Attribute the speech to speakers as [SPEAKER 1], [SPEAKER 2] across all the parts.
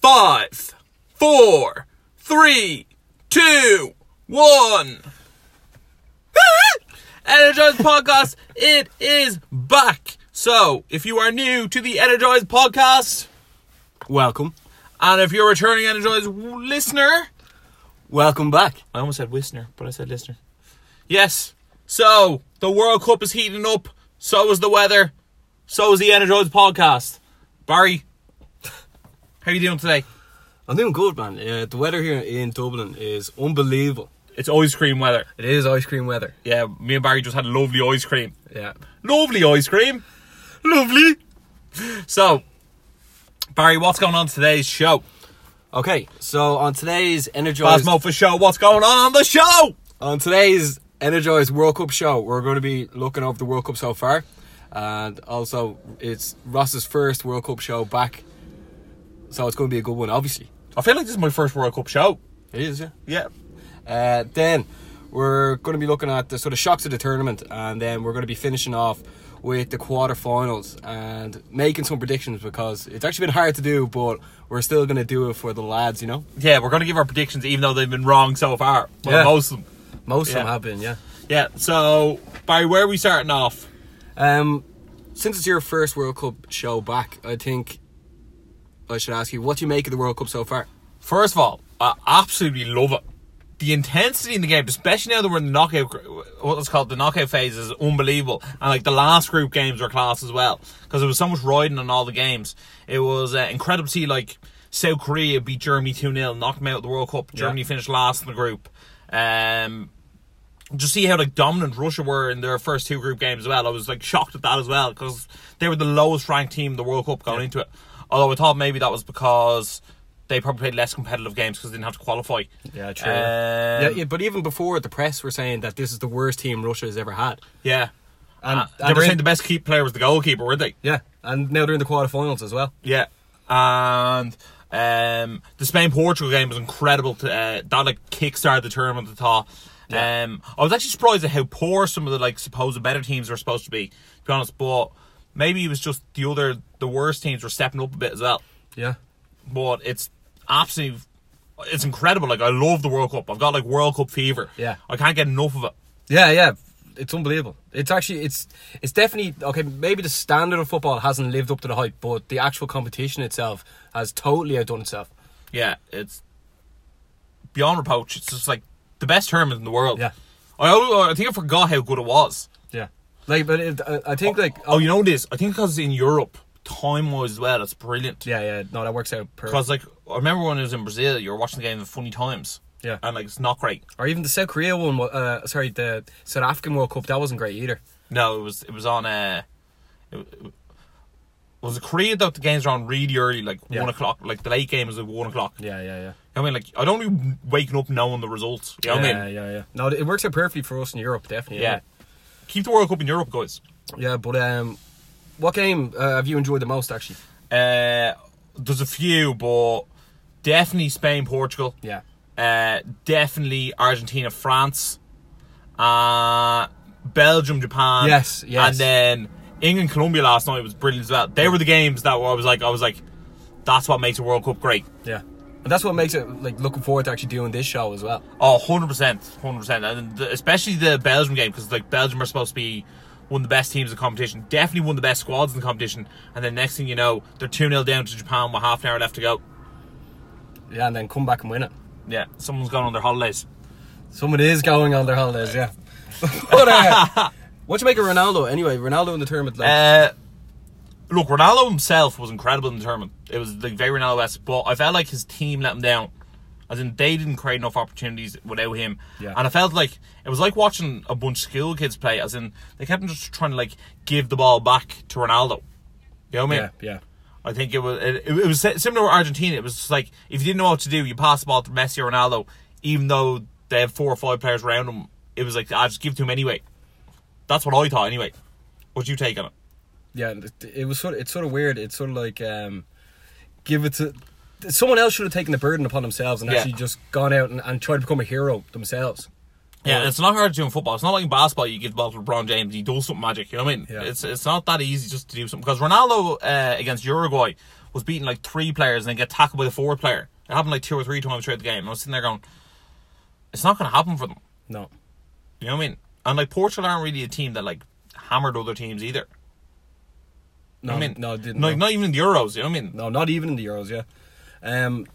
[SPEAKER 1] Five, four, three, two, one. Energized Podcast, it is back. So, if you are new to the Energized Podcast,
[SPEAKER 2] Welcome.
[SPEAKER 1] and if you're a returning Energized w- listener,
[SPEAKER 2] Welcome back.
[SPEAKER 1] I almost said listener, but I said listener. Yes. So the World Cup is heating up. So is the weather. So is the Energized podcast. Barry, how you doing today?
[SPEAKER 2] I'm doing good, man. Uh, the weather here in Dublin is unbelievable.
[SPEAKER 1] It's ice cream weather.
[SPEAKER 2] It is ice cream weather.
[SPEAKER 1] Yeah, me and Barry just had lovely ice cream.
[SPEAKER 2] Yeah.
[SPEAKER 1] Lovely ice cream. Lovely. So, Barry, what's going on today's show?
[SPEAKER 2] Okay, so on today's energized
[SPEAKER 1] Basmo for show. What's going on on the show?
[SPEAKER 2] on today's energized World Cup show, we're going to be looking over the World Cup so far, and also it's Ross's first World Cup show back, so it's going to be a good one. Obviously,
[SPEAKER 1] I feel like this is my first World Cup show.
[SPEAKER 2] it is. Yeah.
[SPEAKER 1] Yeah.
[SPEAKER 2] Uh, then we're going to be looking at the sort of shocks of the tournament, and then we're going to be finishing off with the quarterfinals and making some predictions because it's actually been hard to do, but we're still going to do it for the lads, you know.
[SPEAKER 1] Yeah, we're going to give our predictions even though they've been wrong so far. Well,
[SPEAKER 2] Yeah.
[SPEAKER 1] most of them.
[SPEAKER 2] Most
[SPEAKER 1] Yeah.
[SPEAKER 2] been, yeah.
[SPEAKER 1] Yeah, so Barry, where are we starting off?
[SPEAKER 2] Um, since it's your first World Cup show back, I think I should ask you what do you make of the World Cup so far?
[SPEAKER 1] First of all, I absolutely love it. The intensity in the game, especially now that we're in the knockout, gr- what's called the knockout phase, is unbelievable. And like the last group games were class as well because there was so much riding on all the games. It was uh, incredible to see like South Korea beat Germany two 0 knocked them out of the World Cup. Germany finished last in the group. Um, just see how like dominant Russia were in their first two group games as well. I was like shocked at that as well because they were the lowest ranked team in the World Cup going into it. Although I thought maybe that was because they probably played less competitive games because they didn't have to qualify.
[SPEAKER 2] Yeah, true.
[SPEAKER 1] Um,
[SPEAKER 2] yeah, yeah, but even before the press were saying that this is the worst team Russia has ever had.
[SPEAKER 1] yeah.
[SPEAKER 2] And,
[SPEAKER 1] Uh, they
[SPEAKER 2] and
[SPEAKER 1] were
[SPEAKER 2] they're
[SPEAKER 1] saying
[SPEAKER 2] in-
[SPEAKER 1] the best keep player was the goalkeeper, weren't they?
[SPEAKER 2] yeah, and now they're in the quarterfinals as well.
[SPEAKER 1] Yeah, and um, the Spain Portugal game was incredible. To, uh, that like kickstarted the tournament. I thought. Um, I was actually surprised at how poor some of the like supposed better teams were supposed to be. To be honest, but maybe it was just the other the worst teams were stepping up a bit as well.
[SPEAKER 2] Yeah.
[SPEAKER 1] But it's absolutely it's incredible. Like I love the World Cup. I've got like World Cup fever.
[SPEAKER 2] Yeah.
[SPEAKER 1] I can't get enough of it.
[SPEAKER 2] Yeah, yeah. It's unbelievable. It's actually it's it's definitely okay, maybe the standard of football hasn't lived up to the hype, but the actual competition itself has totally outdone itself.
[SPEAKER 1] Yeah, it's beyond reproach. It's just like the best tournament in the world.
[SPEAKER 2] Yeah.
[SPEAKER 1] I al- I think I forgot how good it was.
[SPEAKER 2] Yeah. Like but it, I I think like
[SPEAKER 1] Oh, you know this? I think because in Europe, time was as well. It's brilliant.
[SPEAKER 2] yeah, yeah, no that works out perfect.
[SPEAKER 1] Because like I remember when I was in Brazil, you were watching the game in funny times.
[SPEAKER 2] Yeah.
[SPEAKER 1] And like it's not great.
[SPEAKER 2] Or even the South Korea one, wa- uh, sorry, the South African World Cup, that wasn't great either.
[SPEAKER 1] No, it was it was on uh, it, it was it Korea that the games were on really early, like
[SPEAKER 2] Yeah.
[SPEAKER 1] one o'clock. Like the late game was at one o'clock.
[SPEAKER 2] Yeah, yeah, yeah.
[SPEAKER 1] I mean, like I don't be waking up knowing the results. You know what I
[SPEAKER 2] yeah,
[SPEAKER 1] mean?
[SPEAKER 2] yeah, yeah. No, it works out perfectly for us in Europe, definitely.
[SPEAKER 1] Yeah. Keep the World Cup in Europe, guys.
[SPEAKER 2] Yeah, but um, what game uh, have you enjoyed the most, actually?
[SPEAKER 1] Uh, there's a few, but definitely Spain, Portugal.
[SPEAKER 2] Yeah.
[SPEAKER 1] Uh, definitely Argentina, France, uh, Belgium, Japan.
[SPEAKER 2] Yes, yes.
[SPEAKER 1] And then England, Colombia last night was brilliant as well. They were the games that were, I was like, I was like, that's what makes a World Cup great.
[SPEAKER 2] Yeah. And that's what makes it, like, looking forward to actually doing this show as well.
[SPEAKER 1] Oh, 100 percent, hundred percent, and the, especially the Belgium game because like Belgium are supposed to be one of the best teams in the competition, definitely one of the best squads in the competition. And then next thing you know, they're two 0 down to Japan with half an hour left to go.
[SPEAKER 2] Yeah, and then come back and win it.
[SPEAKER 1] Yeah, someone's gone on their holidays.
[SPEAKER 2] Someone is going on their holidays, yeah. but, uh, what you make of Ronaldo anyway? Ronaldo in the tournament, like,
[SPEAKER 1] Uh, look, Ronaldo himself was incredible in the tournament. It was like very Ronaldo esque, but I felt like his team let him down. As in, they didn't create enough opportunities without him.
[SPEAKER 2] Yeah.
[SPEAKER 1] And I felt like it was like watching a bunch of school kids play, as in, they kept on just trying to like give the ball back to Ronaldo. You know what I mean?
[SPEAKER 2] yeah, yeah.
[SPEAKER 1] I think it was it, it was similar with Argentina. It was just like if you didn't know what to do, you pass the ball to Messi or Ronaldo, even though they have four or five players around them. It was like I just give it to him anyway. That's what I thought anyway. What'd you take on it?
[SPEAKER 2] Yeah, and it- it was sort of, it's sort of weird. It's sort of like, um, give it to. Someone else should have taken the burden upon themselves and
[SPEAKER 1] Yeah.
[SPEAKER 2] actually just gone out and, and tried to become a hero themselves.
[SPEAKER 1] Yeah,
[SPEAKER 2] Yeah.
[SPEAKER 1] it's not hard to do in football. It's not like in basketball. You give the ball to LeBron James, he does something magic. You know what I mean?
[SPEAKER 2] Yeah.
[SPEAKER 1] It's it's not that easy just to do something because Ronaldo uh, against Uruguay was beating like three players and then get tackled by the fourth player. It happened like two or three times throughout the game. And I was sitting there going, it's not going to happen for them.
[SPEAKER 2] No.
[SPEAKER 1] You know what I mean? And like Portugal aren't really a team that like hammered other teams either.
[SPEAKER 2] No,
[SPEAKER 1] I mean,
[SPEAKER 2] no, it didn't.
[SPEAKER 1] Like
[SPEAKER 2] no.
[SPEAKER 1] not even in the Euros. You know what I mean?
[SPEAKER 2] No, not even in the Euros. Yeah, um,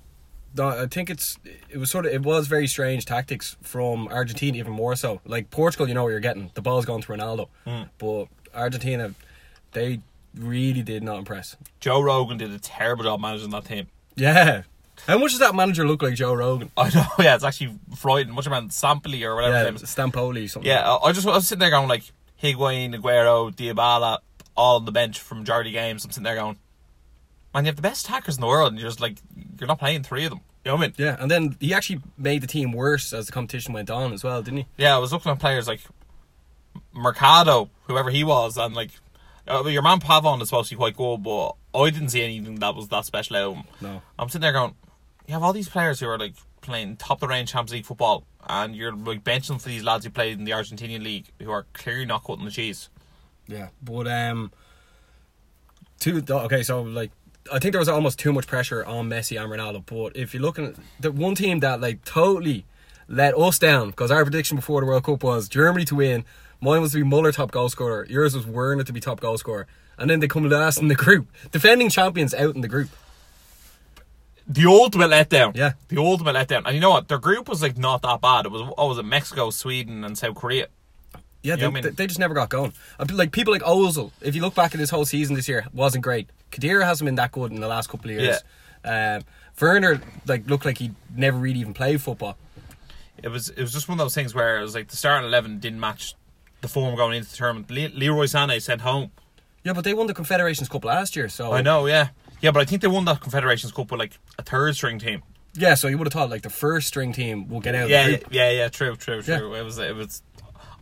[SPEAKER 2] no, I think it's it was sort of it was very strange tactics from Argentina, even more so. Like Portugal, you know what you're getting. The ball's gone to Ronaldo, but Argentina, they really did not impress.
[SPEAKER 1] Joe Rogan did a terrible job managing that team.
[SPEAKER 2] Yeah, how much does that manager look like Joe Rogan?
[SPEAKER 1] I know. Yeah, it's actually Freud and much around Sampoli or whatever his
[SPEAKER 2] Yeah,
[SPEAKER 1] name is.
[SPEAKER 2] Stampoli, something.
[SPEAKER 1] Yeah, I- I just I was sitting there going like Higuain, Aguero, Diabala, all on the bench for majority games. I'm sitting there going, man, you have the best attackers in the world, and you're just like you're not playing three of them. You know what I mean?
[SPEAKER 2] yeah. And then he actually made the team worse as the competition went on as well, didn't he?
[SPEAKER 1] Yeah, I was looking at players like Mercado, whoever he was, and like uh, your man Pavon is supposed to be quite good, but I didn't see anything that was that special out of him.
[SPEAKER 2] No.
[SPEAKER 1] I'm sitting there going, you have all these players who are like playing top of the range Champions League football, and you're like benching for these lads who played in the Argentinian league who are clearly not cutting the cheese.
[SPEAKER 2] Yeah, but um, two. th- Okay, so like, I think there was almost too much pressure on Messi and Ronaldo. But if you're looking at the one team that like totally let us down, because our prediction before the World Cup was Germany to win. Mine was to be Muller top goal scorer. Yours was Werner to be top goal scorer. And then they come last in the group, defending champions out in the group.
[SPEAKER 1] The ultimate letdown.
[SPEAKER 2] Yeah.
[SPEAKER 1] The ultimate letdown. And you know what? Their group was like not that bad. It was oh, was it Mexico, Sweden, and South Korea.
[SPEAKER 2] Yeah,
[SPEAKER 1] You
[SPEAKER 2] they,
[SPEAKER 1] know what I mean?
[SPEAKER 2] they, they just never got going. And pe- Like people like Ozil, if you look back at his whole season this year, wasn't great. Kadira hasn't been that good in the last couple of years. Um, Werner like looked like he never really even played football.
[SPEAKER 1] It was it was just one of those things where it was like the starting eleven didn't match the form going into the tournament. Le- Leroy Sané sent home.
[SPEAKER 2] Yeah, but they won the Confederations Cup last year, so
[SPEAKER 1] I know, yeah, yeah, but I think they won that Confederations Cup with like a third string team.
[SPEAKER 2] Yeah, so you would have thought like the first string team will get out.
[SPEAKER 1] Yeah,
[SPEAKER 2] of the
[SPEAKER 1] yeah,
[SPEAKER 2] group.
[SPEAKER 1] yeah, yeah, true, true, true. It was, it was.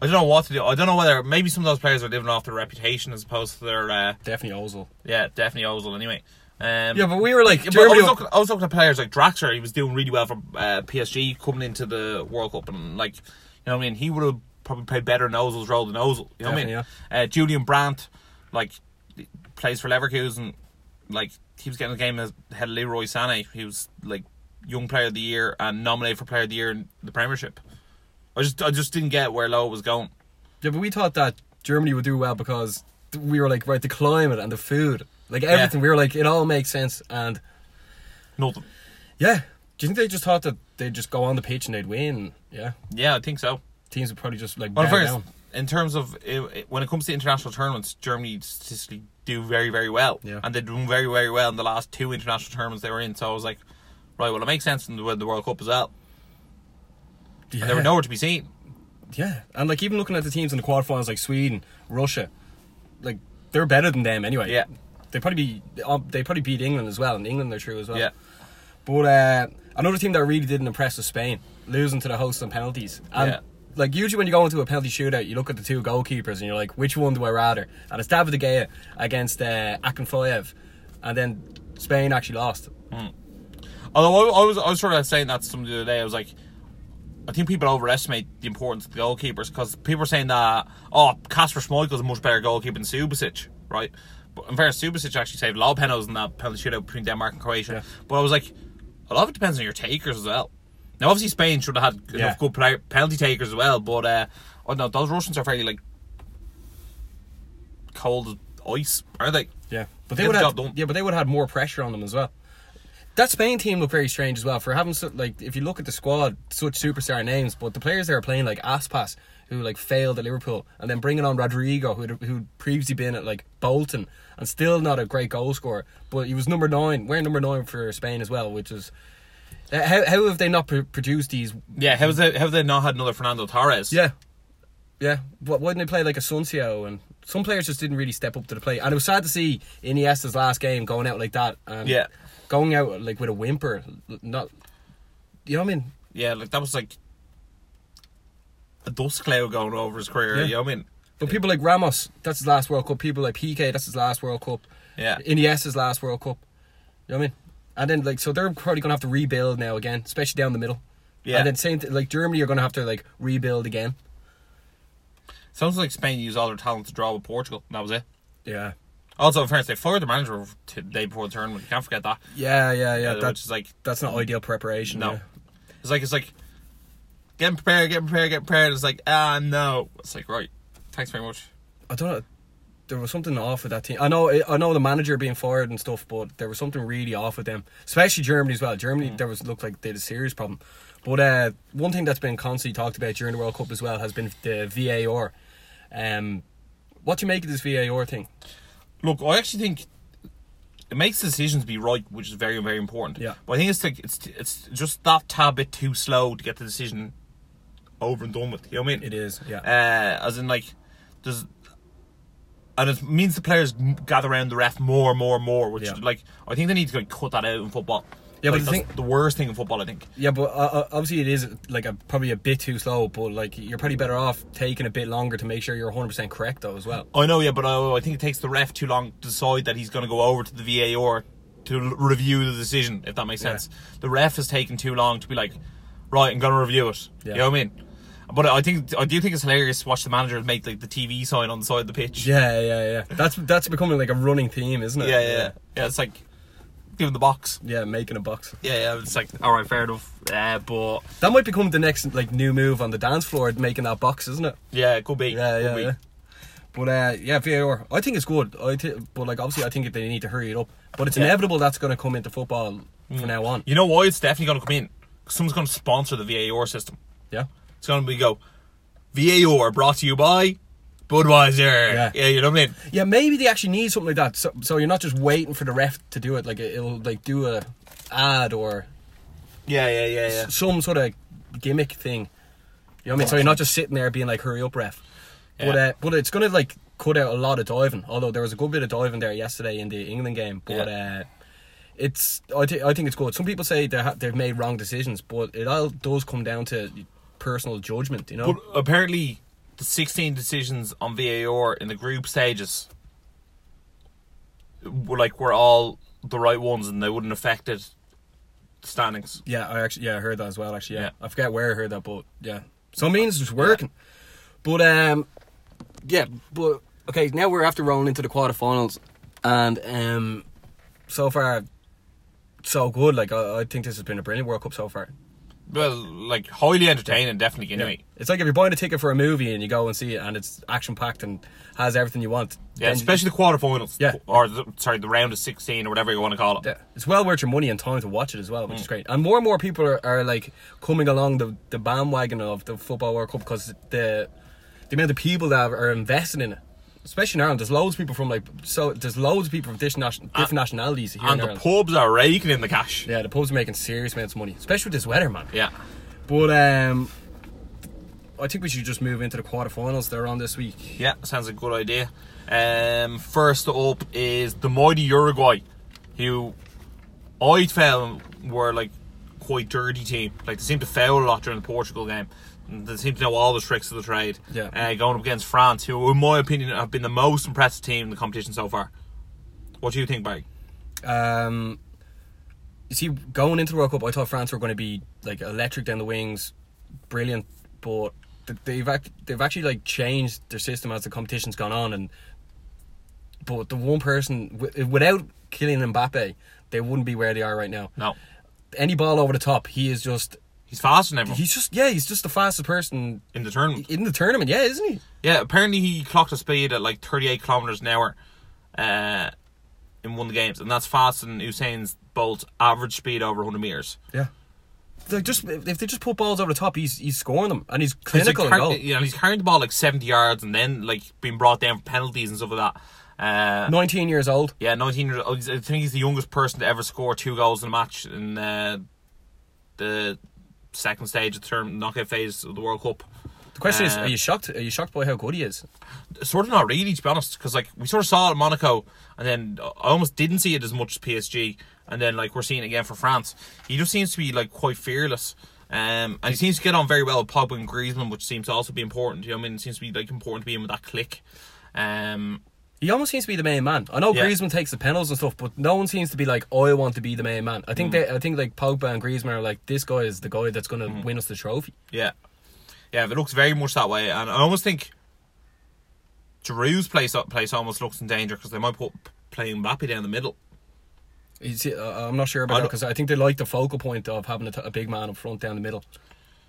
[SPEAKER 1] I don't know what to do. I don't know whether maybe some of those players are living off their reputation as opposed to their, uh,
[SPEAKER 2] definitely Ozil.
[SPEAKER 1] yeah, definitely Ozil anyway. Um,
[SPEAKER 2] Yeah, but we were like
[SPEAKER 1] Yeah, but I,
[SPEAKER 2] Germany.
[SPEAKER 1] was looking, I was looking at players like Draxler. He was doing really well for uh, PSG coming into the World Cup, and like, you know, what I mean, he would have probably played better in Ozil's role than Ozil. You know, what I mean,
[SPEAKER 2] Definitely,
[SPEAKER 1] uh, Julian Brandt, like, plays for Leverkusen. Like, he was getting a game as head of Leroy Sané. He was like young player of the year and nominated for player of the year in the Premiership. I just, I just didn't get where Lowe was going.
[SPEAKER 2] yeah, but we thought that Germany would do well because th- we were like right the climate and the food, like everything. We were like it all makes sense, and
[SPEAKER 1] Nothing.
[SPEAKER 2] yeah, do you think they just thought that they'd just go on the pitch and they'd win? Yeah,
[SPEAKER 1] Yeah, I think so.
[SPEAKER 2] teams would probably just like
[SPEAKER 1] Well,
[SPEAKER 2] bow
[SPEAKER 1] first,
[SPEAKER 2] down.
[SPEAKER 1] in terms of it, it- when it comes to international tournaments, Germany statistically do very, very well,
[SPEAKER 2] Yeah.
[SPEAKER 1] and they've done very, very well in the last two international tournaments they were in. So I was like, right, well, it makes sense in the, the World Cup as well.
[SPEAKER 2] Yeah.
[SPEAKER 1] And they were nowhere to be seen.
[SPEAKER 2] yeah, and like even looking at the teams in the quarterfinals, like Sweden, Russia, like they're better than them anyway.
[SPEAKER 1] Yeah.
[SPEAKER 2] they probably be um, they probably beat England as well, and England they're true as well.
[SPEAKER 1] Yeah,
[SPEAKER 2] But uh, another team that really didn't impress was Spain, losing to the hosts on penalties. And
[SPEAKER 1] Yeah.
[SPEAKER 2] like usually when you go into a penalty shootout, you look at the two goalkeepers and you're like, which one do I rather? And it's David de Gea against uh, Akinfoyev, and then Spain actually lost.
[SPEAKER 1] although I, I was, I was sort of saying that to somebody the other day. I was like, I think people overestimate the importance of the goalkeepers because people are saying that oh, Kasper Schmeichel is a much better goalkeeper than Subasic, right? But in fairness, Subasic actually saved a lot of penalties in that penalty shootout between Denmark and Croatia. But I was like, a lot of it depends on your takers as well. Now, obviously, Spain should have had
[SPEAKER 2] Yeah.
[SPEAKER 1] enough good player, penalty takers as well, but uh, I don't know. Those Russians are fairly like cold as ice, are they?
[SPEAKER 2] Yeah, but they
[SPEAKER 1] Get
[SPEAKER 2] would
[SPEAKER 1] the
[SPEAKER 2] have
[SPEAKER 1] job done.
[SPEAKER 2] yeah, but they would have had more pressure on them as well. That Spain team looked very strange as well for having so, like if you look at the squad, such superstar names, but the players they were playing like Aspas, who like failed at Liverpool, and then bringing on Rodrigo, who who previously been at like Bolton and still not a great goal scorer, but he was number nine, wearing number nine for Spain as well, which is uh, how how have they not pro- produced these?
[SPEAKER 1] Yeah, how's they, have they not had another Fernando Torres?
[SPEAKER 2] Yeah, yeah. Why why didn't they play like Asensio and? Some players just didn't really step up to the plate, and it was sad to see Iniesta's last game going out like that. And
[SPEAKER 1] Yeah.
[SPEAKER 2] going out like with a whimper, l- not you know what I mean?
[SPEAKER 1] Yeah, like that was like a dust cloud going over his career.
[SPEAKER 2] Yeah.
[SPEAKER 1] You know what I mean?
[SPEAKER 2] But people like Ramos, that's his last World Cup. People like PK, that's his last World Cup.
[SPEAKER 1] Yeah.
[SPEAKER 2] Iniesta's last World Cup. You know what I mean? And then like so they're probably gonna have to rebuild now again, especially down the middle.
[SPEAKER 1] Yeah.
[SPEAKER 2] And then same th- like Germany are gonna have to like rebuild again.
[SPEAKER 1] Sounds like Spain used all their talent to draw with Portugal. And that was it.
[SPEAKER 2] Yeah.
[SPEAKER 1] Also, in fairness, they fired the manager to the day before the tournament. You can't forget that.
[SPEAKER 2] Yeah, yeah, yeah.
[SPEAKER 1] Uh,
[SPEAKER 2] that's
[SPEAKER 1] which is like
[SPEAKER 2] that's not ideal preparation.
[SPEAKER 1] no.
[SPEAKER 2] yeah.
[SPEAKER 1] It's like it's like getting prepared, getting prepared, getting prepared. It's like ah no. It's like right. Thanks very much.
[SPEAKER 2] I don't know. There was something off with that team. I know, I know the manager being fired and stuff, but there was something really off with them, especially Germany as well.
[SPEAKER 1] Mm.
[SPEAKER 2] Germany, there was looked like they had a serious problem. But uh, one thing that's been constantly talked about during the World Cup as well has been the VAR. Um, what do you make of this VAR thing?
[SPEAKER 1] Look, I actually think it makes decisions be right, which is very, very important.
[SPEAKER 2] Yeah.
[SPEAKER 1] But I think it's like it's it's just that tad bit too slow to get the decision over and done with. You know what I mean?
[SPEAKER 2] It is, yeah.
[SPEAKER 1] Uh, as in like there's and it means the players m- gather around the ref more and more and more, which
[SPEAKER 2] Yeah.
[SPEAKER 1] like I think they need to like, cut that out in football.
[SPEAKER 2] Yeah, but
[SPEAKER 1] Like,
[SPEAKER 2] the
[SPEAKER 1] that's
[SPEAKER 2] thing-
[SPEAKER 1] the worst thing in football, I think.
[SPEAKER 2] Yeah, but uh, uh, obviously it is like a, probably a bit too slow. But like you're probably better off taking a bit longer to make sure you're 100 percent correct though as well.
[SPEAKER 1] I know, yeah, but I, I think it takes the ref too long to decide that he's going to go over to the VAR to l- review the decision, if that makes sense. The ref has taken too long to be like, right, I'm going to review it.
[SPEAKER 2] Yeah.
[SPEAKER 1] You know what I mean? But I think I do think it's hilarious to watch the manager make like the TV sign on the side of the pitch.
[SPEAKER 2] Yeah, yeah, yeah. That's that's becoming like a running theme, isn't it?
[SPEAKER 1] yeah, yeah, yeah. Yeah, it's like give him the box.
[SPEAKER 2] Yeah, making a box.
[SPEAKER 1] Yeah, yeah. It's like all right, fair enough. Uh, but
[SPEAKER 2] That might become the next like new move on the dance floor, making that box, isn't it?
[SPEAKER 1] yeah, it could be.
[SPEAKER 2] Yeah,
[SPEAKER 1] could
[SPEAKER 2] yeah,
[SPEAKER 1] be.
[SPEAKER 2] yeah. But uh, yeah, VAR. I think it's good. I thi- but like obviously, I think they need to hurry it up. But it's
[SPEAKER 1] Yeah.
[SPEAKER 2] inevitable that's going to come into football from now on.
[SPEAKER 1] You know why it's definitely going to come in? 'Cause someone's going to sponsor the VAR system.
[SPEAKER 2] Yeah.
[SPEAKER 1] It's going to be go VAR brought to you by Budweiser.
[SPEAKER 2] Yeah.
[SPEAKER 1] you know what I mean?
[SPEAKER 2] Yeah, maybe they actually need something like that. So, so you're not just waiting for the ref to do it. Like it- it'll like do a ad or
[SPEAKER 1] Yeah, yeah, yeah, yeah.
[SPEAKER 2] some sort of gimmick thing. You know what I mean? So you're not just sitting there being like, "Hurry up, ref."
[SPEAKER 1] Yeah.
[SPEAKER 2] But uh, but it's gonna like cut out a lot of diving. Although there was a good bit of diving there yesterday in the England game. But uh, it's I think I think it's good. Some people say they ha- they've made wrong decisions, but it all does come down to personal judgment. You know?
[SPEAKER 1] But apparently, the 16 decisions on VAR in the group stages were like were all the right ones, and they wouldn't affect it standings.
[SPEAKER 2] yeah, I actually yeah I heard that as well. Actually, yeah,
[SPEAKER 1] Yeah.
[SPEAKER 2] I forget where I heard that, but yeah, so it means it's working. But um,
[SPEAKER 3] Yeah, but okay, now we're after rolling into the quarterfinals, and um,
[SPEAKER 2] so far. So good, like I, I think this has been a brilliant World Cup so far.
[SPEAKER 1] Well, like highly entertaining, definitely. Anyway,
[SPEAKER 2] It's like if you're buying a ticket for a movie and you go and see it and it's action packed and has everything you want.
[SPEAKER 1] yeah,
[SPEAKER 2] then-
[SPEAKER 1] especially the quarterfinals.
[SPEAKER 2] Yeah.
[SPEAKER 1] or the, sorry, the round of 16 or whatever you want to call it.
[SPEAKER 2] yeah, it's well worth your money and time to watch it as well, which
[SPEAKER 1] Mm.
[SPEAKER 2] is great. And more and more people are, are like coming along the, the bandwagon of the football World Cup because the the amount of people that are investing in it, especially in Ireland, there's loads of people from like so there's loads of people from different, nation, different nationalities here in
[SPEAKER 1] And the
[SPEAKER 2] Ireland.
[SPEAKER 1] pubs are raking in the cash.
[SPEAKER 2] yeah, the pubs are making serious amounts of money, especially with this weather, man.
[SPEAKER 1] yeah.
[SPEAKER 2] But um, I think we should just move into the quarterfinals. They're on this week.
[SPEAKER 1] Yeah, sounds a good idea. Um, first up is the mighty Uruguay, who I felt were like quite dirty team. Like they seemed to foul a lot during the Portugal game. And They seem to know all the tricks of the trade.
[SPEAKER 2] Yeah.
[SPEAKER 1] Uh, going up against France, who, in my opinion, have been the most impressive team in the competition so far. What do you think, Barry?
[SPEAKER 2] Um, you see, going into the World Cup, I thought France were going to be like electric down the wings, brilliant, but th- they've act- they've actually like changed their system as the competition's gone on, and but the one person wi- without Kylian Mbappe, they wouldn't be where they are right now.
[SPEAKER 1] No,
[SPEAKER 2] Any ball over the top, he is just
[SPEAKER 1] he's faster than everyone
[SPEAKER 2] he's just yeah he's just the fastest person
[SPEAKER 1] in the tournament.
[SPEAKER 2] in the tournament. Yeah, isn't he?
[SPEAKER 1] Yeah, apparently he clocked a speed at like 38 kilometers an hour uh, in one of the games, and that's faster than Usain's Bolt's average speed over 100 meters.
[SPEAKER 2] Yeah. They just if they just put balls over the top, he's he's scoring them and he's clinical.
[SPEAKER 1] he's
[SPEAKER 2] and
[SPEAKER 1] like,
[SPEAKER 2] goal.
[SPEAKER 1] car- you know, he's carrying the ball like 70 yards and then like being brought down for penalties and stuff like that. Uh,
[SPEAKER 2] Nineteen years old.
[SPEAKER 1] Yeah, 19 years old. He's- I think he's the youngest person to ever score two goals in a match in uh, the second stage of the term knockout phase of the World Cup.
[SPEAKER 2] The question is,
[SPEAKER 1] Uh,
[SPEAKER 2] are you shocked? Are you shocked by how good he is?
[SPEAKER 1] sort of not really to be honest because like we sort of saw it at Monaco and then I almost didn't see it as much as PSG and then like we're seeing it again for France he just seems to be like quite fearless um, and he seems to get on very well with Pogba and Griezmann which seems to also be important you know what I mean it seems to be like important to be in with that click um,
[SPEAKER 2] He almost seems to be the main man. I know
[SPEAKER 1] Yeah.
[SPEAKER 2] Griezmann takes the penalties and stuff, but no one seems to be like, "I want to be the main man." I
[SPEAKER 1] Mm.
[SPEAKER 2] think they, I think like Pogba and Griezmann are like, "This guy is the guy that's going to
[SPEAKER 1] Mm.
[SPEAKER 2] win us the trophy."
[SPEAKER 1] yeah yeah it looks very much that way and I almost think Giroud's place place almost looks in danger because they might put playing Mbappe down the middle.
[SPEAKER 2] You see, uh, I'm not sure
[SPEAKER 1] I
[SPEAKER 2] about that
[SPEAKER 1] don't-
[SPEAKER 2] because I think they like the focal point of having a, t- a big man up front down the middle,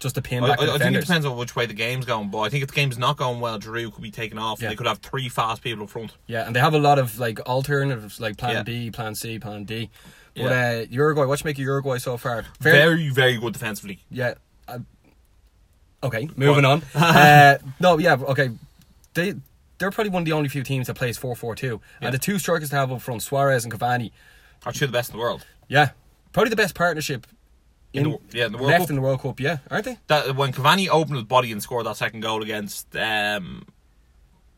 [SPEAKER 2] just to pin
[SPEAKER 1] I,
[SPEAKER 2] back
[SPEAKER 1] I-
[SPEAKER 2] the
[SPEAKER 1] I think it
[SPEAKER 2] defenders.
[SPEAKER 1] depends on which way the game's going, but I think if the game's not going well, Giroud could be taken off.
[SPEAKER 2] Yeah.
[SPEAKER 1] and They could have three fast people up front.
[SPEAKER 2] Yeah, and they have a lot of like alternatives, like Plan
[SPEAKER 1] Yeah.
[SPEAKER 2] B, Plan C, Plan D. But
[SPEAKER 1] Yeah.
[SPEAKER 2] uh, Uruguay, what you make of Uruguay so far? Very,
[SPEAKER 1] Very, very good defensively.
[SPEAKER 2] yeah. Uh, okay, moving on. uh, no, yeah, okay. They they're probably one of the only few teams that plays four four two,
[SPEAKER 1] Yeah.
[SPEAKER 2] and the two strikers they have up front, Suarez and Cavani.
[SPEAKER 1] Are two of the best in the world.
[SPEAKER 2] Yeah, probably the best partnership
[SPEAKER 1] In the- yeah, in the World
[SPEAKER 2] left
[SPEAKER 1] Cup.
[SPEAKER 2] in the World Cup. Yeah, aren't they?
[SPEAKER 1] That when Cavani opened his body and scored that second goal against um,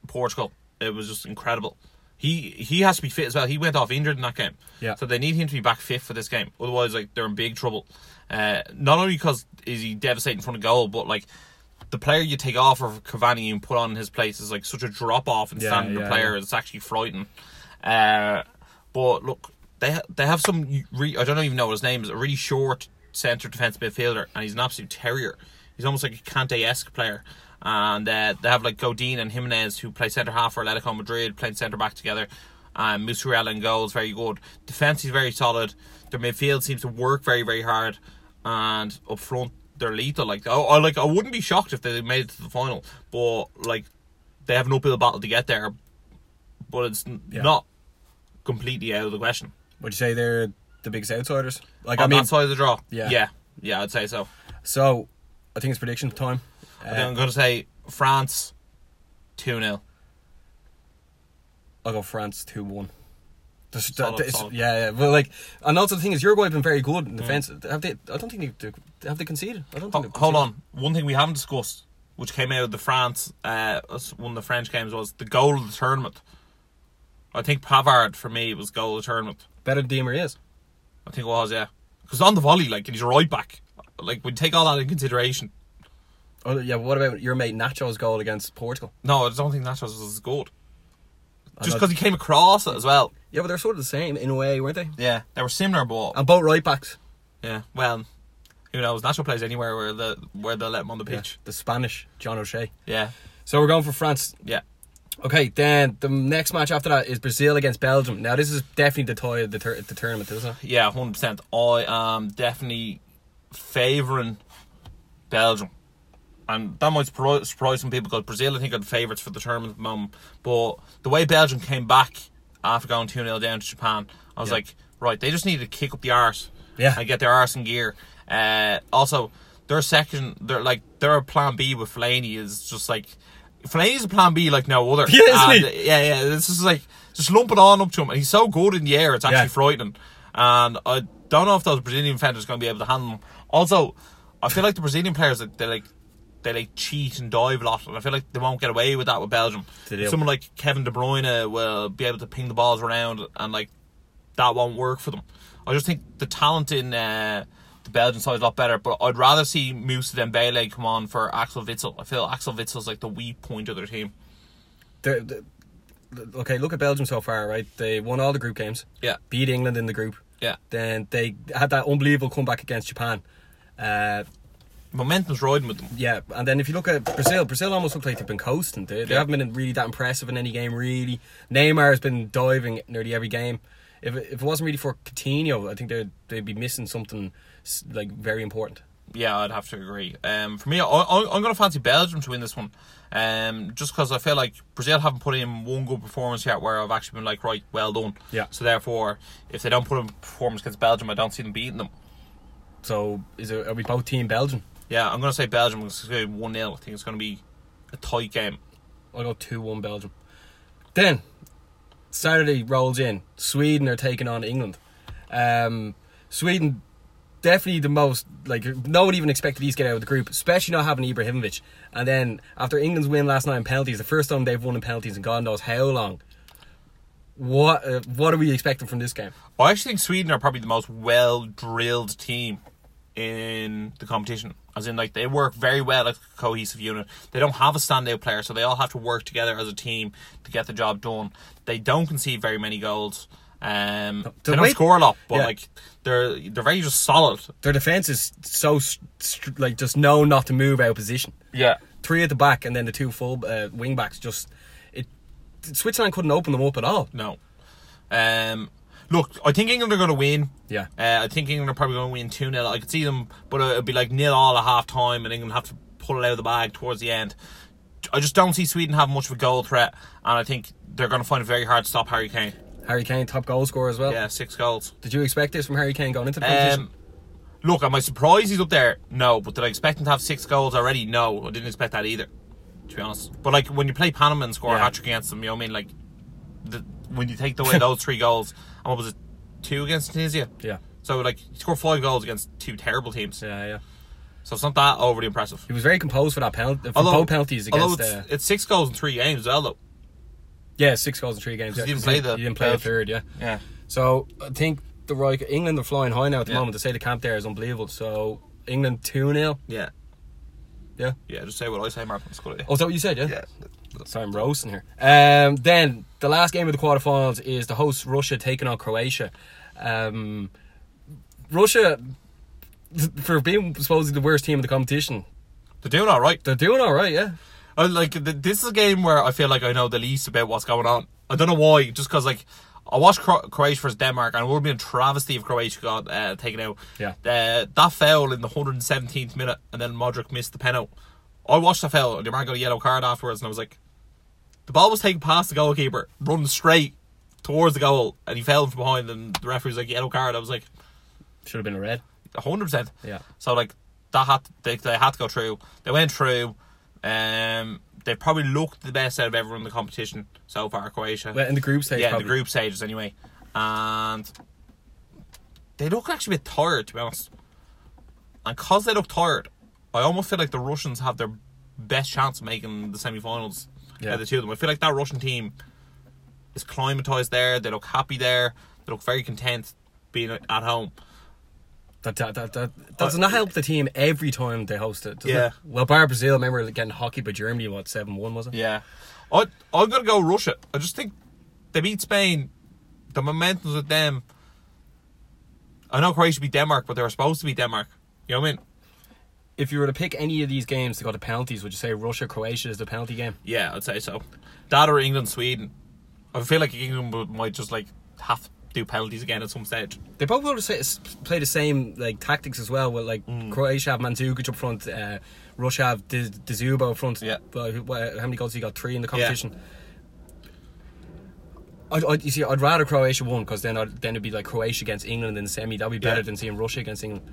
[SPEAKER 1] Portugal, it was just incredible. He he has to be fit as well. He went off injured in that game,
[SPEAKER 2] Yeah.
[SPEAKER 1] So they need him to be back fit for this game. Otherwise, like they're in big trouble. Uh, not only because is he devastating from the goal, but like the player you take off of Cavani and put on in his place is like such a drop off in
[SPEAKER 2] Yeah,
[SPEAKER 1] standard
[SPEAKER 2] yeah,
[SPEAKER 1] of player.
[SPEAKER 2] yeah.
[SPEAKER 1] It's actually frightening. Uh, but look, they ha- they have some. Re- I don't even know what his name is. A really short centre defence midfielder, and he's an absolute terrier. He's almost like a Kante esque player. And uh, they have like Godin and Jimenez who play centre half for Atletico Madrid, playing centre back together. And Musiala in goals, very good. Defence is very solid. Their midfield seems to work very very hard, and up front they're lethal. Like oh, I like I wouldn't be shocked if they made it to the final, but like they have an uphill battle to get there. But it's n-
[SPEAKER 2] Yeah.
[SPEAKER 1] not completely out of the question.
[SPEAKER 2] Would you say they're the biggest outsiders? Like
[SPEAKER 1] On
[SPEAKER 2] I mean,
[SPEAKER 1] that side of the draw.
[SPEAKER 2] Yeah.
[SPEAKER 1] Yeah. Yeah, I'd say so.
[SPEAKER 2] so I think it's prediction time.
[SPEAKER 1] I think
[SPEAKER 2] Uh,
[SPEAKER 1] I'm going to say France 2 0.
[SPEAKER 2] I'll go France two one.
[SPEAKER 1] Solid, solid. Mm.
[SPEAKER 2] Yeah, yeah, but like, and also the thing is, Uruguay have been very good in defense. Have they? I don't think they they- have they conceded. I don't think. they've
[SPEAKER 1] Hold
[SPEAKER 2] conceded.
[SPEAKER 1] on. One thing we haven't discussed, which came out of the France, uh, us- one of the French games, was the goal of the tournament. I think Pavard, for me, was goal of the tournament.
[SPEAKER 2] Better than Di Maria is.
[SPEAKER 1] I think it was, yeah. Because on the volley, like, he's a right back. Like, we take all that in consideration.
[SPEAKER 2] Oh yeah, but what about your mate Nacho's goal against Portugal?
[SPEAKER 1] No, I don't think that was as good. Just
[SPEAKER 2] know.
[SPEAKER 1] because he came across it as well.
[SPEAKER 2] Yeah, but they're sort of the same in a way, weren't they?
[SPEAKER 1] Yeah. They were similar, but.
[SPEAKER 2] And Uh, both right backs.
[SPEAKER 1] Yeah. Well, who knows? Nacho plays anywhere where the where they let him on the pitch.
[SPEAKER 2] The Spanish John O'Shea.
[SPEAKER 1] Yeah.
[SPEAKER 2] So we're going for France.
[SPEAKER 1] Yeah.
[SPEAKER 2] Okay, then the next match after that is Brazil against Belgium. Now this is definitely the tie of the, tur- the tournament, isn't it?
[SPEAKER 1] Yeah. Hundred percent. I am definitely favouring Belgium, and that might surpri- surprise some people because Brazil, I think, are the favourites for the tournament at the moment. But the way Belgium came back after going two 0 down to Japan, I was like, right, they just need to kick up the arse.
[SPEAKER 2] Yeah.
[SPEAKER 1] And get their arse in gear. Uh, also, their section, their like their plan B with Fellaini is just like. Fellaini's a plan B like no other.
[SPEAKER 2] Yeah, isn't
[SPEAKER 1] And, yeah, yeah. This is like just lump it on up to him, and he's so good in the air, it's actually
[SPEAKER 2] Yeah.
[SPEAKER 1] frightening. And I don't know if those Brazilian defenders are going to be able to handle him. Also, I feel like the Brazilian players like, they like they like cheat and dive a lot, and I feel like they won't get away with that with Belgium.
[SPEAKER 2] They do.
[SPEAKER 1] Someone like Kevin De Bruyne will be able to ping the balls around, and like that won't work for them. I just think the talent in uh, the Belgian side is a lot better, but I'd rather see Moussa Dembele come on for Axel Witsel. I feel Axel Witsel's like the weak point of their team.
[SPEAKER 2] They're, they okay, look at Belgium so far, right? They won all the group games.
[SPEAKER 1] Yeah.
[SPEAKER 2] Beat England in the group.
[SPEAKER 1] Yeah.
[SPEAKER 2] Then they had that unbelievable comeback against Japan. Uh,
[SPEAKER 1] Momentum's riding with them.
[SPEAKER 2] yeah, and then if you look at Brazil, Brazil almost looked like they've been coasting. They, they
[SPEAKER 1] Yeah.
[SPEAKER 2] haven't been really that impressive in any game, really. Neymar has been diving nearly every game. If it, if it wasn't really for Coutinho, I think they'd, they'd be missing something s- like very important.
[SPEAKER 1] Yeah, I'd have to agree. Um, for me, I, I, I'm going to fancy Belgium to win this one. Um, just because I feel like Brazil haven't put in one good performance yet, where I've actually been like, right, well done.
[SPEAKER 2] Yeah.
[SPEAKER 1] So therefore, if they don't put in a performance against Belgium, I don't see them beating them.
[SPEAKER 2] So is it, are we both team Belgium?
[SPEAKER 1] Yeah, I'm going to say Belgium is going to be one 0 I think it's going to be a tight game.
[SPEAKER 2] I'll go 2 1 Belgium. Then, Saturday rolls in. Sweden are taking on England. Um, Sweden, definitely the most, like, no one even expected these to get out of the group, especially not having Ibrahimovic. And then, after England's win last night in penalties, the first time they've won in penalties in God knows how long. What uh, what are we expecting from this game?
[SPEAKER 1] I actually think Sweden are probably the most well drilled team in the competition. As in, like they work very well as a cohesive unit. They don't have a standout player, so they all have to work together as a team to get the job done. They don't concede very many goals. Um,
[SPEAKER 2] the
[SPEAKER 1] they don't
[SPEAKER 2] way-
[SPEAKER 1] score a lot, but
[SPEAKER 2] Yeah.
[SPEAKER 1] like they're they're very just solid.
[SPEAKER 2] Their defense is so s- st- like just known not to move out of position.
[SPEAKER 1] Yeah,
[SPEAKER 2] three at the back and then the two full uh, wing backs just it Switzerland couldn't open them up at all.
[SPEAKER 1] No. Um, look, I think England are going to win.
[SPEAKER 2] Yeah.
[SPEAKER 1] Uh, I think England are probably going to win 2 0. I could see them, but it'll be like nil all at half time, and England have to pull it out of the bag towards the end. I just don't see Sweden have much of a goal threat, and I think they're going to find it very hard to stop Harry Kane.
[SPEAKER 2] Harry Kane, top goal scorer as well.
[SPEAKER 1] Yeah, six goals.
[SPEAKER 2] Did you expect this from Harry Kane going into the competition?
[SPEAKER 1] Um, look, am I surprised he's up there? No. But did I expect him to have six goals already? No. I didn't expect that either, to be honest. But like when you play Panama and score a
[SPEAKER 2] Yeah.
[SPEAKER 1] hat trick against them, you know what I mean? Like the, when you take away those three goals, and what was it, two against Tunisia?
[SPEAKER 2] yeah.
[SPEAKER 1] So like he scored five goals against two terrible teams.
[SPEAKER 2] Yeah, yeah.
[SPEAKER 1] So it's not that overly impressive.
[SPEAKER 2] He was very composed for that penalty, for both penalties
[SPEAKER 1] although
[SPEAKER 2] against.
[SPEAKER 1] it's,
[SPEAKER 2] Uh,
[SPEAKER 1] it's six goals in three games, as well though.
[SPEAKER 2] yeah, six goals in three games.
[SPEAKER 1] 'Cause
[SPEAKER 2] yeah,
[SPEAKER 1] he didn't
[SPEAKER 2] 'cause
[SPEAKER 1] play the
[SPEAKER 2] He didn't play the
[SPEAKER 1] penalty.
[SPEAKER 2] third. Yeah.
[SPEAKER 1] Yeah.
[SPEAKER 2] So I think the right England are flying high now at the
[SPEAKER 1] Yeah.
[SPEAKER 2] moment. To say the camp there is unbelievable. So England two 0
[SPEAKER 1] Yeah.
[SPEAKER 2] Yeah.
[SPEAKER 1] Yeah. Just say what I say, Martin. It's good.
[SPEAKER 2] Oh, is that what you said? Yeah.
[SPEAKER 1] Yeah.
[SPEAKER 2] Sorry, I'm roasting here. Um, then the last game of the quarterfinals is the host Russia taking on Croatia. Um, Russia, th- for being supposedly the worst team in the competition,
[SPEAKER 1] They're doing all right.
[SPEAKER 2] they're doing all right. Yeah.
[SPEAKER 1] I, Uh, like th- this is a game where I feel like I know the least about what's going on. I don't know why, just because like I watched Cro- Croatia versus Denmark, and it would have been a travesty if Croatia got uh, taken out.
[SPEAKER 2] Yeah.
[SPEAKER 1] uh, that foul in the 117th minute, and then Modric missed the penalty. I watched the foul. and The man got a yellow card afterwards, and I was like, the ball was taken past the goalkeeper, run straight towards the goal, and he fell from behind, and the referee was like yellow card. I was like,
[SPEAKER 2] Should have been a red.
[SPEAKER 1] hundred percent.
[SPEAKER 2] Yeah.
[SPEAKER 1] So like that had they, they had to go through. They went through. Um, they probably looked the best out of everyone in the competition so far. Croatia.
[SPEAKER 2] Well, in the group stage,
[SPEAKER 1] yeah, in
[SPEAKER 2] probably.
[SPEAKER 1] the group stages anyway, and they look actually a bit tired to be honest. And cause they look tired, I almost feel like the Russians have their best chance of making the semi-finals.
[SPEAKER 2] Yeah.
[SPEAKER 1] out of the two of them. I feel like that Russian team is climatized there. They look happy there. They look very content being at home.
[SPEAKER 2] That, that, that, that does not help the team every time they host it. does
[SPEAKER 1] Yeah.
[SPEAKER 2] It? Well, bar Brazil, remember getting hockey by Germany, what, 7 1, was it?
[SPEAKER 1] Yeah. I I'm gonna go Russia. I just think they beat Spain. The momentum's with them. I know Croatia beat Denmark, but they were supposed to beat Denmark. You know what I mean?
[SPEAKER 2] If you were to pick any of these games to go to penalties, would you say Russia Croatia is the penalty game?
[SPEAKER 1] Yeah, I'd say so. That or England Sweden. I feel like England would- might just like have to do penalties again at some stage.
[SPEAKER 2] They probably would have say- s- play the same like tactics as well. With like
[SPEAKER 1] Mm.
[SPEAKER 2] Croatia have Mandzukic up front, uh, Russia have D- Dzuba up front.
[SPEAKER 1] Yeah.
[SPEAKER 2] Well, who- wha- how many goals he got? Three in the competition. I'd, I'd, you see, I'd rather Croatia won because then I'd, then it'd be like Croatia against England in the semi. That'd be better
[SPEAKER 1] Yeah.
[SPEAKER 2] than seeing Russia against England.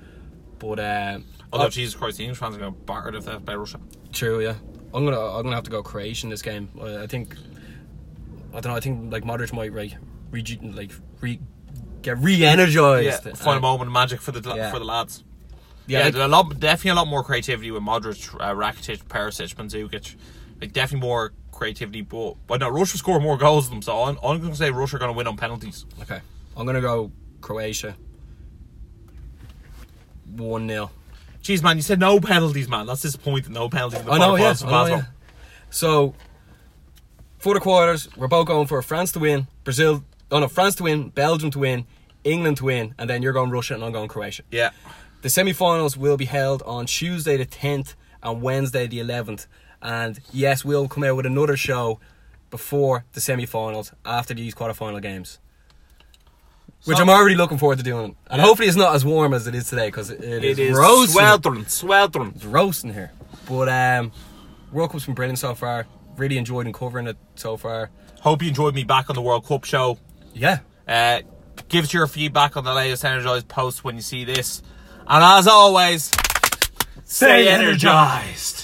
[SPEAKER 2] But uh,
[SPEAKER 1] Although
[SPEAKER 2] I-
[SPEAKER 1] Jesus Christ, the English fans are gonna be battered if they play Russia.
[SPEAKER 2] True, yeah. I'm gonna I'm gonna have to go Croatian this game. I I think I don't know. I think like Modric might like re like re
[SPEAKER 1] Yeah,
[SPEAKER 2] get
[SPEAKER 1] Uh,
[SPEAKER 2] re-energized.
[SPEAKER 1] find a moment of magic for the
[SPEAKER 2] Yeah.
[SPEAKER 1] for the lads.
[SPEAKER 2] Yeah,
[SPEAKER 1] Yeah,
[SPEAKER 2] like-
[SPEAKER 1] there's a lot, definitely a lot more creativity with Modric, uh, Rakitic, Perisic, Mandzukic. Like definitely more creativity, but but no, Russia score more goals than them. So I'm, I'm going to say Russia are going to win on penalties.
[SPEAKER 2] okay, I'm gonna go Croatia. One 0
[SPEAKER 1] Jeez, man, you said no penalties, man. That's disappointing. No penalties. In the
[SPEAKER 2] I know, yeah.
[SPEAKER 1] quarterfinals
[SPEAKER 2] I
[SPEAKER 1] of
[SPEAKER 2] know,
[SPEAKER 1] Glasgow.
[SPEAKER 2] yeah. So for the quarters, we're both going for France to win, Brazil. Oh no, France to win, Belgium to win, England to win, and then you're going Russia and I'm going Croatia.
[SPEAKER 1] yeah.
[SPEAKER 2] The semi-finals will be held on Tuesday the 10th and Wednesday the 11th. And yes, we'll come out with another show before the semi-finals after these quarter-final games. Which
[SPEAKER 1] So-
[SPEAKER 2] I'm already looking forward to doing. And hopefully it's not as warm as it is today because
[SPEAKER 1] It is
[SPEAKER 2] roasting.
[SPEAKER 1] sweltering, sweltering.
[SPEAKER 2] It's roasting here. But um, World Cup's been brilliant so far. Really enjoyed and covering it so far.
[SPEAKER 1] Hope you enjoyed me back on the World Cup show.
[SPEAKER 2] Yeah.
[SPEAKER 1] Uh, give us your feedback on the latest Energized post when you see this. And as always, stay energized.